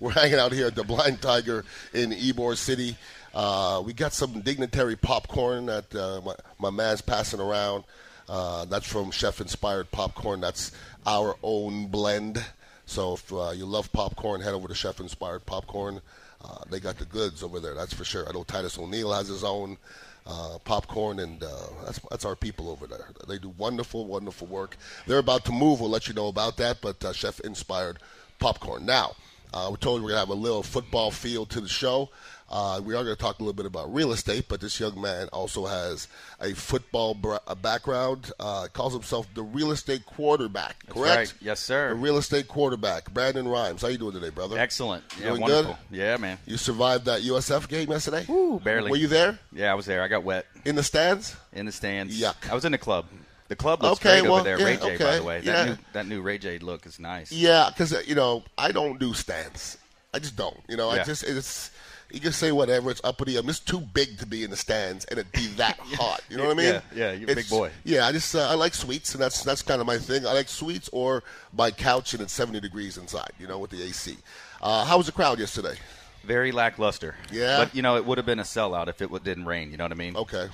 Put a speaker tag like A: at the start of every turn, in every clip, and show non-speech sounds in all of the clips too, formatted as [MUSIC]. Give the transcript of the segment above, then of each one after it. A: We're hanging out here at the Blind Tiger in Ybor City. Uh, we got some dignitary popcorn that uh, my, my man's passing around. Uh, that's from Chef Inspired Popcorn. That's our own blend. So if uh, you love popcorn, head over to Chef Inspired Popcorn. Uh, they got the goods over there, that's for sure. I know Titus O'Neill has his own uh, popcorn, and uh, that's that's our people over there. They do wonderful, wonderful work. They're about to move. We'll let you know about that. But uh, Chef Inspired Popcorn. Now, uh, we're told we're gonna have a little football field to the show. Uh, we are gonna talk a little bit about real estate, but this young man also has a football bra- a background. Uh, calls himself the real estate quarterback. Correct?
B: right. Yes, sir.
A: The real estate quarterback, Brandon Rhymes. How you doing today, brother?
B: Excellent. Yeah,
A: Doing
B: wonderful. Yeah, man.
A: You survived that USF game yesterday.
B: Ooh, barely.
A: Were you there
B: Yeah, I was there. I got wet
A: in the stands?
B: in the stands.
A: Yuck.
B: I was in the club. The club looks
A: Okay,
B: great
A: well,
B: over there.
A: yeah,
B: Ray J, by
A: okay,
B: the way. That,
A: yeah.
B: new, that new Ray J look is nice.
A: Yeah, because you know I don't do stands. I just don't. You know, I
B: Yeah.
A: just it's you can say whatever. It's uppity. I'm just too big to be in the stands and it
B: [LAUGHS]
A: be that hot. You know what I mean?
B: Yeah, yeah, you're a big
A: It's-
B: boy.
A: Yeah, I just uh, I like sweets and that's that's kind of my thing. I like sweets or my couch and it's 70 degrees inside. You know, with the AC. Uh, how was the crowd yesterday?
B: Very lackluster.
A: Yeah. Oh.
B: But, you know, it would have been a sellout if it w- didn't rain. You know what I mean? [LAUGHS]
A: Okay.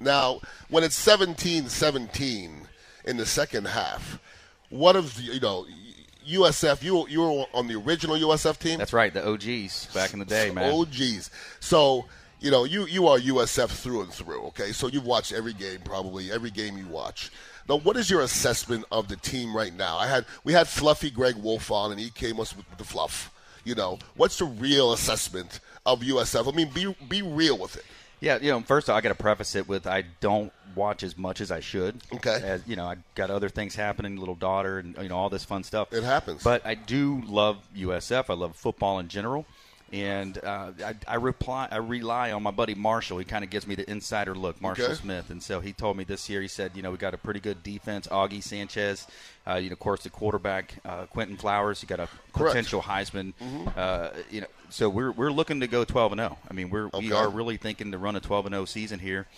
A: now, when it's 17-17 in the second half, what if you know USF? You you were on the original USF team.
B: That's right. The OGs back in the day, man.
A: Oh, geez. So, you know, you, you are USF through and through, okay? So you've watched every game, probably, every game you watch. Now, what is your assessment of the team right now? I had We had Fluffy Greg Wolf on, and he came us with the fluff. You know, what's the real assessment of USF? I mean, be, be real with it.
B: Yeah, you know, first I got to preface it with I don't watch as much as I should.
A: Okay.
B: As, you know, I got other things happening, little daughter, and you know all this fun stuff.
A: It happens.
B: But I do love USF. I love football in general, and uh, I, I reply. I rely on my buddy Marshall. He kind of gives me the insider look, Marshall
A: Okay.
B: Smith, and so he told me this year. He said, you know, we got a pretty good defense. Augie Sanchez, uh, you know, of course the quarterback uh, Quentin Flowers. You got a
A: Correct. Mm-hmm.
B: potential Heisman. Uh, you know, so we're we're looking to go twelve and zero. I mean, we're we
A: Okay.
B: are really thinking to run a 12 and 0 season here,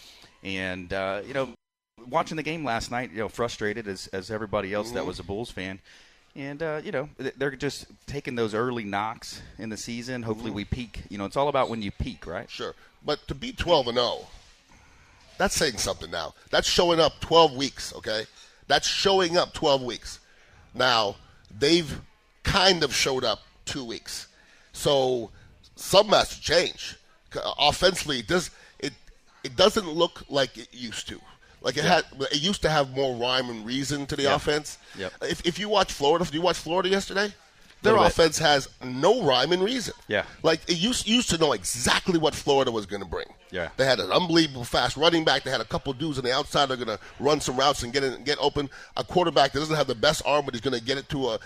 B: and uh, you know, watching the game last night, you know, frustrated as as everybody else
A: Mm-hmm.
B: that was a Bulls fan, and uh, you know, th- they're just taking those early knocks in the season. Hopefully,
A: Mm-hmm.
B: we peak. You know, it's all about when you peak, right?
A: Sure. But to be 12 and 0, that's saying something now. That's showing up 12 weeks, okay? That's showing up 12 weeks. Now, they've kind of showed up 2 weeks. So some has to change. C- Offensively, it does it it doesn't look like it used to. Like it had it used to have more rhyme and reason to the offense.
B: Yep.
A: If if you watch Florida, did you watch Florida yesterday? Their
B: Little bit.
A: offense has no rhyme and reason.
B: Yeah.
A: Like it used used to know exactly what Florida was going to bring.
B: Yeah.
A: They had an unbelievable fast running back. They had a couple dudes on the outside that are going to run some routes and get in, get open. A quarterback that doesn't have the best arm, but he's going to get it to a.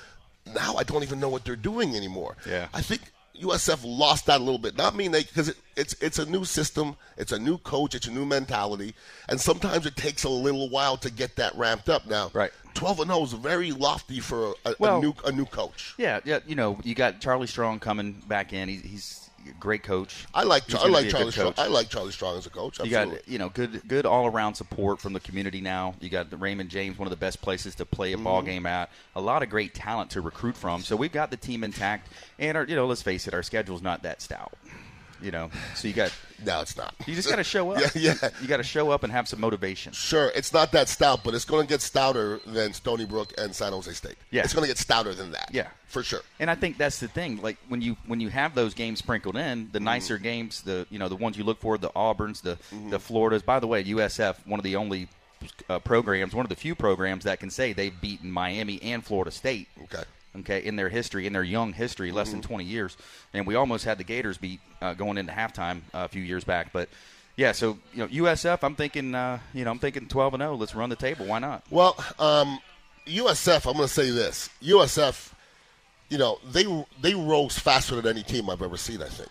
A: Now I don't even know what they're doing anymore.
B: Yeah.
A: I think USF lost that a little bit. Not mean they because it, it's it's a new system, it's a new coach, it's a new mentality, and sometimes it takes a little while to get that ramped up. Now,
B: Right.
A: Twelve and zero is very lofty for a, a,
B: Well-
A: new a new coach.
B: Yeah, yeah. You know, you got Charlie Strong coming back in. He's, he's a great coach.
A: I like
B: He's
A: Char- I
B: gonna
A: like
B: be a good
A: Charlie Strong.
B: coach.
A: I like Charlie Strong as a coach.
B: You
A: Absolutely.
B: got you know good good all around support from the community now. You got the Raymond James, one of the best places to play a
A: Mm-hmm.
B: ball game at. A lot of great talent to recruit from. So we've got the team intact, and our, you know let's face it, our schedule's not that stout. You know, so you got
A: No, it's not.
B: you just got to show up.
A: [LAUGHS] Yeah, yeah.
B: You got to show up and have some motivation.
A: Sure, it's not that stout, but it's going to get stouter than Stony Brook and San Jose State.
B: Yeah.
A: It's going to get stouter than that.
B: Yeah.
A: For sure.
B: And I think that's the thing. Like when you when you have those games sprinkled in, the nicer games, the you know the ones you look for, the Auburns, the the Floridas. By the way, USF, one of the only uh, programs, one of the few programs that can say they've beaten Miami and Florida State.
A: Okay.
B: Okay, in their history, in their young history, less than 20 years, and we almost had the Gators beat uh, going into halftime uh, a few years back. But yeah, so you know USF, I'm thinking, uh, you know, I'm thinking 12 and 0. Let's run the table. Why not?
A: Well, um, USF, I'm going to say this. USF, you know, they they rose faster than any team I've ever seen, I think.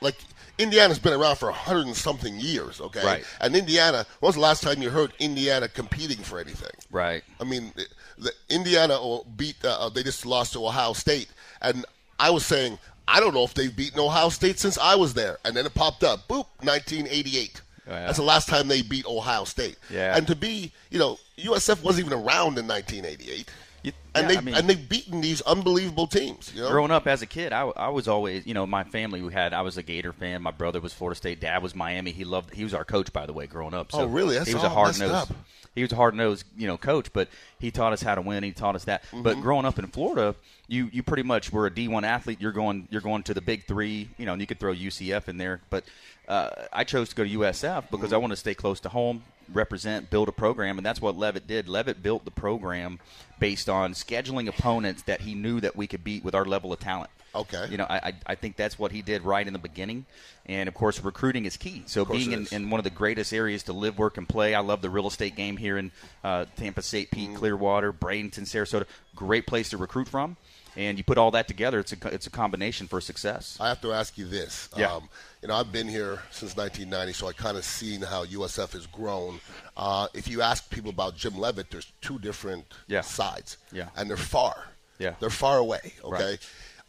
A: Like, Indiana's been around for 100 and something years, okay?
B: Right.
A: And Indiana, when was the last time you heard Indiana competing for anything?
B: Right.
A: I mean, the, the Indiana o- beat. Uh, they just lost to Ohio State, and I was saying I don't know if they've beaten Ohio State since I was there, and then it popped up. Boop, 1988.
B: Oh, Yeah.
A: That's the last time they beat Ohio State.
B: Yeah.
A: And to be, you know, USF wasn't even around in 1988.
B: You,
A: and
B: Yeah,
A: they
B: I mean-
A: and they've beaten these unbelievable teams. You know,
B: Growing up as a kid, I, I was always, you know, my family we had. I was a Gator fan. My brother was Florida State. Dad was Miami. He loved. He was our coach, by the way, growing up. So
A: Oh, really? That's
B: he was a
A: all
B: hard
A: messed
B: nosed.
A: up.
B: He was a hard nosed, you know, coach. But he taught us how to win. He taught us that. But growing up in Florida, you you pretty much were a D one athlete. You're going you're going to the big three. You know, and you could throw UCF in there. But uh, I chose to go to USF because I want to stay close to home. Represent, build a program, and that's what Levitt did. Levitt built the program based on scheduling opponents that he knew that we could beat with our level of talent.
A: Okay.
B: You know, I, I I think that's what he did right in the beginning. And of course, recruiting is key. So
A: course
B: being
A: it
B: in,
A: is.
B: in one of the greatest areas to live, work, and play. I love the real estate game here in uh, Tampa St.
A: Mm-hmm.
B: Pete, Clearwater, Bradenton, Sarasota. Great place to recruit from. And you put all that together, it's a co- it's a combination for success.
A: I have to ask you this. Um,
B: Yeah.
A: you know, I've been here since 1990, so I kind of seen how USF has grown. Uh, if you ask people about Jim Levitt, there's two different
B: Yeah.
A: sides.
B: Yeah.
A: And they're far.
B: Yeah.
A: They're far away. Okay.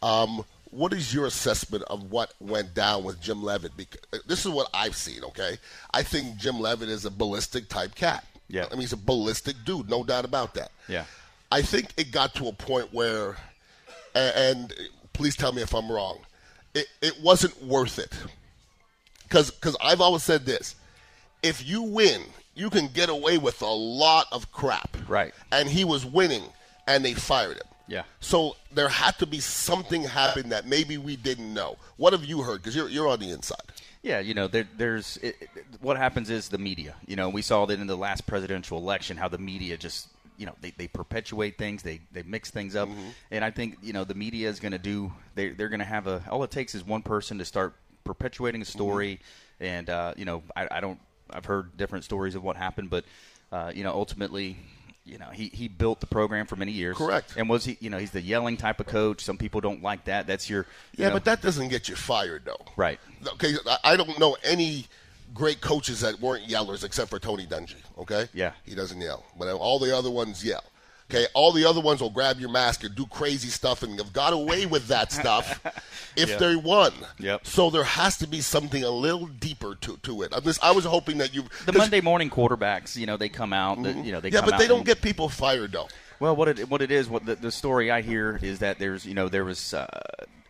B: Right.
A: Um, what is your assessment of what went down with Jim Levitt? Because this is what I've seen. Okay. I think Jim Levitt is a ballistic type cat.
B: Yeah.
A: I mean, he's a ballistic dude, no doubt about that.
B: Yeah.
A: I think it got to a point where, a- and please tell me if I'm wrong, it, it wasn't worth it. Because I've always said this if you win, you can get away with a lot of crap.
B: Right.
A: And he was winning, and they fired him.
B: Yeah.
A: So there had to be something happen that maybe we didn't know. What have you heard? Because you're, you're on the inside.
B: Yeah, you know, there, there's it, it- what happens is the media. You know, we saw that in the last presidential election how the media just you know they, they perpetuate things they they mix things up
A: Mm-hmm.
B: and i think you know the media is going to do they, they're going to have a all it takes is one person to start perpetuating a
A: Mm-hmm.
B: story and uh, you know I, I don't i've heard different stories of what happened but uh, you know ultimately you know he, he built the program for many years
A: Correct.
B: and was he you know he's the yelling type of coach some people don't like that that's your you
A: Yeah,
B: know-
A: but that doesn't get you fired, though.
B: Right.
A: Okay, I- I don't know any great coaches that weren't yellers except for Tony Dungy, okay?
B: Yeah.
A: He doesn't yell, but all the other ones yell. Okay, all the other ones will grab your mask and do crazy stuff and have got away with that
B: [LAUGHS]
A: stuff if
B: Yeah.
A: they won.
B: Yep.
A: So there has to be something a little deeper to, to it. I'm just, I was hoping that you.
B: the
A: 'cause- Mm-hmm.
B: Monday morning quarterbacks, you know, they come out. the- You know, they
A: yeah,
B: come
A: but
B: out
A: they don't
B: and-
A: get people fired, though.
B: Well, what it what it is, what the, the story I hear is that there's you know there was uh,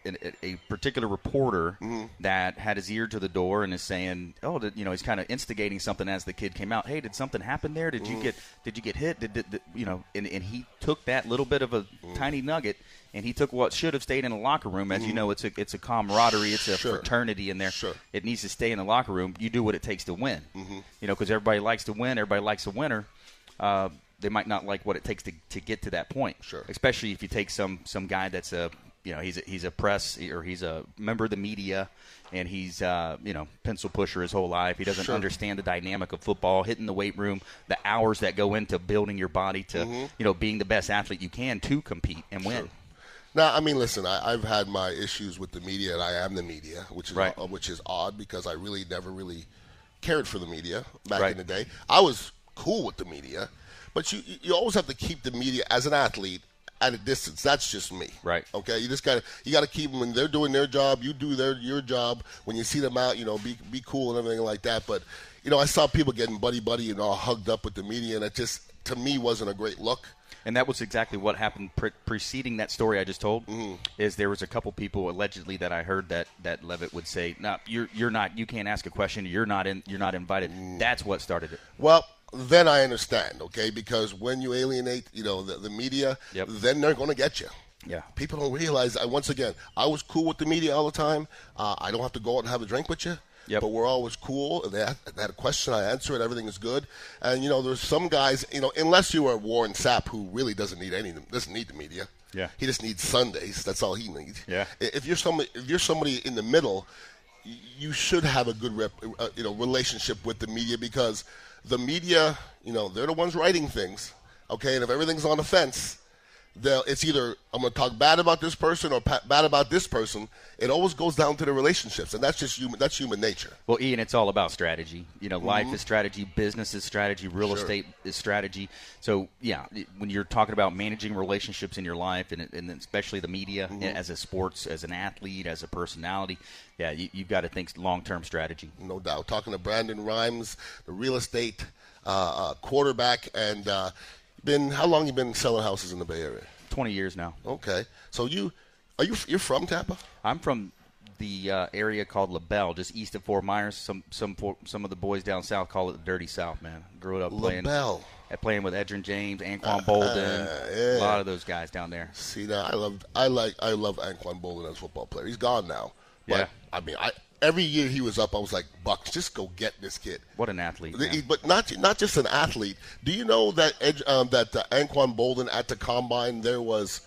B: an, a- a particular reporter
A: Mm-hmm.
B: that had his ear to the door and is saying, oh, did, you know, he's kind of instigating something as the kid came out. Hey, did something happen there? Did you
A: Mm-hmm.
B: get did you get hit? Did, did, did- you know? And, and he took that little bit of a
A: Mm-hmm.
B: tiny nugget. And he took what should have stayed in the locker room. As you know, it's a it's a camaraderie, it's a
A: Mm-hmm. Sure.
B: fraternity in there.
A: Sure.
B: It needs to stay in the locker room. You do what it takes to win.
A: Mm-hmm.
B: You know, because everybody likes to win. Everybody likes a winner. Uh, they might not like what it takes to, to get to that point.
A: Sure.
B: Especially if you take some some guy that's a you know he's a, he's a press or he's a member of the media and he's uh, you know pencil pusher his whole life. He doesn't
A: Sure.
B: understand the dynamic of football, hitting the weight room, the hours that go into building your body to
A: Mm-hmm.
B: you know being the best athlete you can to compete and win.
A: No, I mean, listen, I, I've had my issues with the media, and I am the media, which is
B: Right.
A: uh, which is odd because I really never really cared for the media back
B: Right.
A: in the day. I was cool with the media, but you you always have to keep the media as an athlete at a distance. That's just me,
B: Right.
A: Okay, you just gotta you gotta keep them when they're doing their job. You do their your job. When you see them out, you know, be be cool and everything like that. But you know, I saw people getting buddy buddy and all hugged up with the media, and it just to me wasn't a great look.
B: And that was exactly what happened pre- preceding that story I just told. Is there was a couple people allegedly that I heard that that Levitt would say, "No, you're you're not. You can't ask a question. You're not in. You're not invited." That's what started it.
A: Well, then I understand, okay? Because when you alienate, you know, the, the media,
B: Yep.
A: then they're going to get you.
B: Yeah.
A: People don't realize. I once again, I was cool with the media all the time. Uh, I don't have to go out and have a drink with you.
B: Yep.
A: But we're always cool. They had, they had a question, I answer it. Everything is good. And you know, there's some guys. You know, unless you are Warren Sapp, who really doesn't need any doesn't need the media.
B: Yeah.
A: He just needs Sundays. That's all he needs.
B: Yeah.
A: I- If you're somebody, if you're somebody in the middle, y- you should have a good rep, uh, you know, relationship with the media because the media, you know, they're the ones writing things. Okay, and if everything's on the fence, they'll- it's either I'm going to talk bad about this person or pa- bad about this person. It always goes down to the relationships, and that's just human. That's human nature.
B: Well, Ian, it's all about strategy. You know, life is strategy, business is strategy, real estate is strategy. So, yeah, it- when you're talking about managing relationships in your life, and, and especially the media and as a sports, as an athlete, as a personality, yeah, you, you've got to think long term strategy.
A: no doubt. Talking to Brandon Rhymes, the real estate uh, uh, quarterback, and uh, been how long you been selling houses in the Bay Area?
B: 20 years now.
A: Okay. So you are you you're from Tampa?
B: I'm from the uh, area called La Belle, just east of Fort Myers. Some some for, some of the boys down south call it the Dirty South. Man, grew up playing
A: LaBelle. Uh,
B: at playing with Edrin James, Anquan Bolden,
A: yeah.
B: a lot of those guys down there.
A: See now, I love I like I love Anquan Bolden as a football player. He's gone now. But,
B: Yeah.
A: I mean, I every year he was up, I was like, Bucks, just go get this kid.
B: What an athlete!
A: The- E
B: man.
A: But not not just an athlete. Do you know that edge, um, that uh, Anquan Bolden at the combine there was,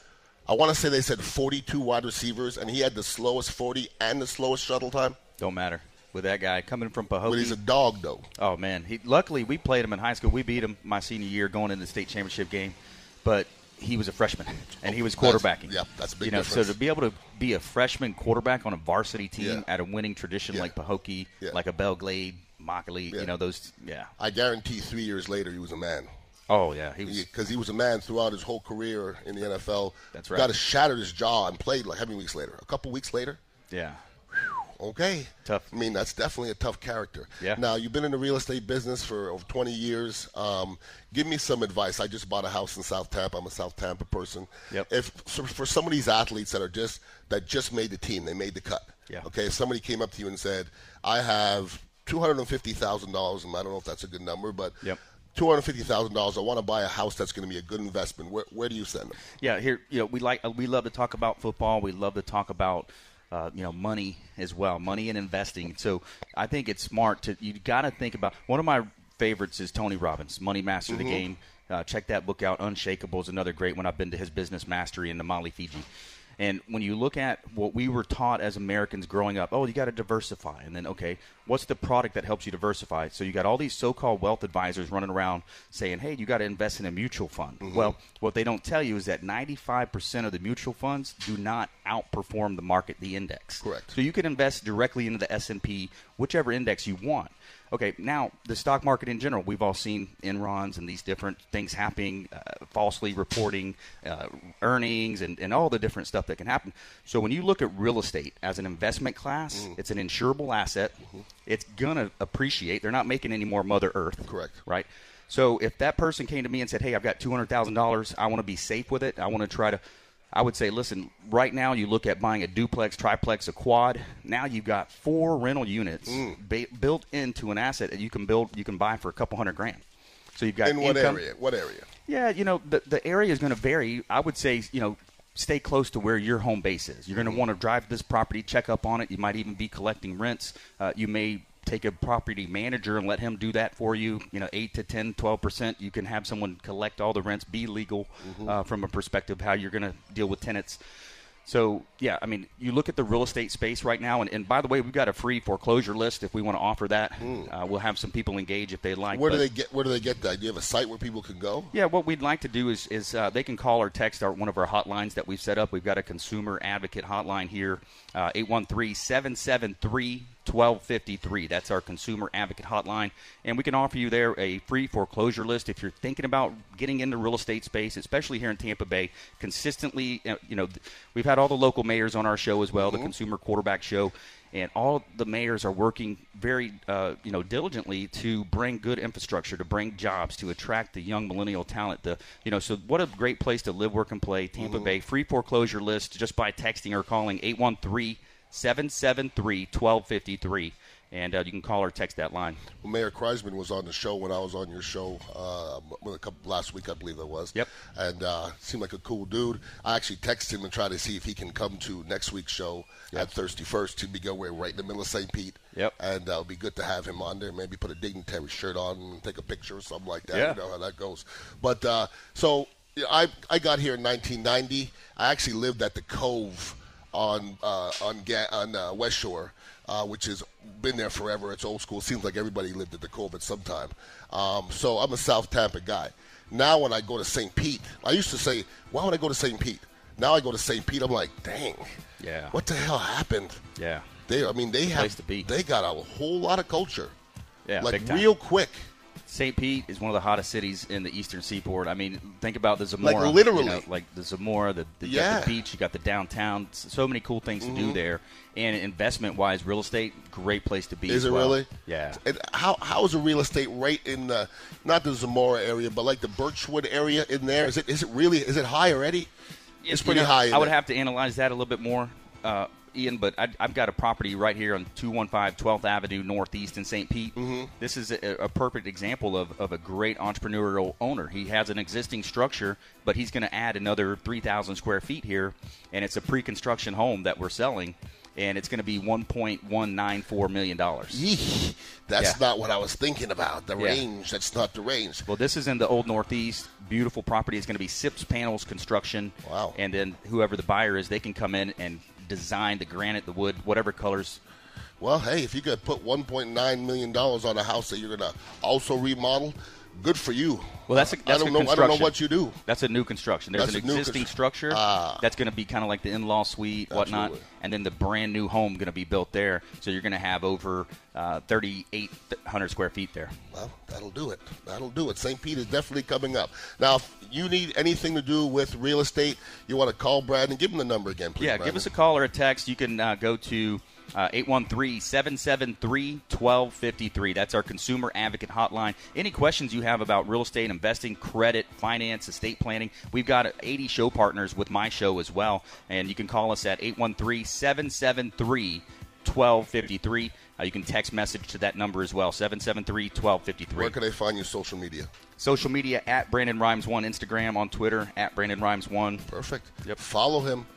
A: I want to say they said 42 wide receivers, and he had the slowest 40 and the slowest shuttle time.
B: Don't matter with that guy coming from
A: But he's
B: Pahokee.
A: a dog though.
B: oh man, he, luckily we played him in high school. We beat him my senior year going into the state championship game, but he was a freshman and he was
A: that's-
B: quarterbacking.
A: yeah, that's a big
B: you know,
A: difference.
B: So to be able to be a freshman quarterback on a varsity team
A: Yeah.
B: at a winning tradition
A: Yeah.
B: like Pahokee,
A: Yeah.
B: like a Belglade, Mockley,
A: Yeah.
B: you know those. Yeah.
A: I guarantee three years later he was a man.
B: Oh yeah, he was.
A: because he was a man throughout his whole career in the NFL.
B: That's right.
A: Got to shatter his jaw and played like how many weeks later? A couple weeks later.
B: Yeah.
A: Okay.
B: Tough.
A: I mean, that's definitely a tough character.
B: Yeah.
A: Now you've been in the real estate business for over 20 years. Um, give me some advice. I just bought a house in South Tampa. I'm a South Tampa person.
B: Yep.
A: If so for some of these athletes that are just that just made the team, they made the cut.
B: Yeah.
A: Okay. If somebody came up to you and said, "I have two hundred and fifty thousand dollars," and I don't know if that's a good number, but
B: Yep.
A: Two hundred fifty thousand dollars. I want to buy a house that's going to be a good investment. Where, where do you send them?
B: Yeah, here you know we like uh, we love to talk about football. We love to talk about uh, you know money as well, money and investing. So I think it's smart to you got to think about. One of my favorites is Tony Robbins, Money Master of the Game. Uh, check that book out. Unshakable is another great one. I've been to his Business Mastery in the Mali Fiji. And when you look at what we were taught as Americans growing up, oh, you got to diversify. And then, okay, what's the product that helps you diversify? So you got all these so called wealth advisors running around saying, hey, you got to invest in a mutual fund. Well, what they don't tell you is that 95% of the mutual funds do not outperform the market, the index.
A: Correct.
B: So you can invest directly into the S&P, whichever index you want. Okay, now the stock market in general, we've all seen Enrons and these different things happening, uh, falsely reporting uh, earnings and, and all the different stuff that can happen. So when you look at real estate as an investment class, it's an insurable asset. It's going to appreciate. They're not making any more Mother Earth.
A: Correct.
B: Right? So if that person came to me and said, hey, I've got $200,000, I want to be safe with it, I want to try to I would say, listen, right now you look at buying a duplex, triplex, a quad. Now you've got four rental units
A: Mm.
B: ba- built into an asset that you can build, you can buy for a couple hundred grand. So you've got
A: In what
B: Uh, income-
A: area? What area?
B: Yeah, you know, the, the area is going to vary. I would say, you know, stay close to where your home base is. You're going
A: Mm-hmm.
B: to want to drive this property, check up on it. You might even be collecting rents. Uh, you may take a property manager and let him do that for you. You know, 8 to 10, 12%. You can have someone collect all the rents, be legal
A: Mm-hmm.
B: uh, from a perspective how you're going to deal with tenants. So yeah, I mean, you look at the real estate space right now, and, and by the way, we've got a free foreclosure list if we want to offer that. Uh, we'll have some people engage if they like.
A: Mm. Where do
B: but-
A: they get? Where do they get that? Do you have a site where people can go?
B: yeah, what we'd like to do is is uh, they can call or text our one of our hotlines that we've set up. We've got a consumer advocate hotline here, uh, 813 773 1253. That's our consumer advocate hotline. And we can offer you there a free foreclosure list if you're thinking about getting into real estate space, especially here in Tampa Bay. Consistently, uh, you know, th- we've had all the local mayors on our show as well, the consumer quarterback show and all the mayors are working very uh, you know diligently to bring good infrastructure to bring jobs to attract the young millennial talent the you know so what a great place to live work and play tampa bay free foreclosure list just by texting or calling 813-773-1253 and uh, you can call or text that line
A: Well, Mayor Kreisman was on the show when I was on your show uh, with a couple, last week, I believe it was.
B: Yep.
A: And uh, seemed like a cool dude. I actually texted him and tried to see if he can come to next week's show at Thirsty First to be go where right in the middle of St. Pete.
B: Yep.
A: And uh, it'd be good to have him on there. Maybe put a dignitary shirt on and take a picture or something like that.
B: Yeah.
A: You know how that goes. But uh, so yeah, I I got here in 1990. I actually lived at the Cove on uh, on Ga- on uh, West Shore, uh, which has been there forever. It's old school. Seems like everybody lived at the Cove at some time. Um, so I'm a South Tampa guy. Now when I go to St. Pete, I used to say, why would I go to St. Pete? Now I go to St. Pete. I'm like, dang,
B: Yeah.
A: what the hell happened?
B: yeah
A: They, I mean, they have
B: Place to be.
A: they got a whole lot of culture.
B: Yeah,
A: like
B: big time.
A: real quick.
B: St. Pete is one of the hottest cities in the Eastern Seaboard. I mean, think about the Zamora,
A: Like, literally.
B: you know, like the Zamora, the, the, you got
A: Yeah. Mm-hmm.
B: the beach, you got the downtown. s- So many cool things to do there, and investment-wise, real estate, great place to be.
A: Is
B: as
A: it
B: well.
A: really?
B: Yeah.
A: And how how is the real estate right in the not the Zamora area, but like the Birchwood area in there? Is it is it really is it high already? It's
B: You
A: pretty
B: know,
A: high.
B: I would have to analyze that a little bit more, uh, Ian. But I, I've got a property right here on 215 12th Avenue Northeast in St. Pete.
A: Mm-hmm.
B: This is a, a perfect example of, of a great entrepreneurial owner. He has an existing structure, but he's going to add another 3,000 square feet here, and it's a pre-construction home that we're selling, and it's going to be 1.194 million dollars.
A: Yeesh. that's
B: Yeah.
A: not what I was thinking about. The
B: Yeah.
A: range. That's not the range.
B: Well, this is in the old Northeast. Beautiful property. It's going to be Sips Panels Construction.
A: Wow.
B: And then whoever the buyer is, they can come in and design the granite, the wood, whatever colors.
A: Well, hey, if you could put 1.9 million dollars on a house that you're gonna also remodel, good for you.
B: Well, that's a, that's
A: I don't
B: a
A: know. I don't know
B: construction.
A: what you do.
B: That's a new construction. There's
A: That's
B: an
A: a new
B: existing
A: constru-
B: structure
A: Ah.
B: that's going to be kind of like the in-law suite, whatnot,
A: Absolutely.
B: and then the brand new home going to be built there. So you're going to have over uh, 3,800 square feet there.
A: Well, that'll do it. That'll do it. St. Pete is definitely coming up. Now, if you need anything to do with real estate, you want to call Brad and give him the number again, please.
B: Yeah, give us a call or a text. You can uh, go to uh, 813-773-1253. That's our consumer advocate hotline. Any questions you have about real estate investing, credit, finance, estate planning, we've got 80 show partners with my show as well, and you can call us at 813-773 1253. Uh, you can text message to that number as well, 773 1253.
A: Where can I find your social media?
B: Social media at Brandon Rhymes1, Instagram, on Twitter at Brandon Rhymes1.
A: Perfect.
B: Yep.
A: Follow him.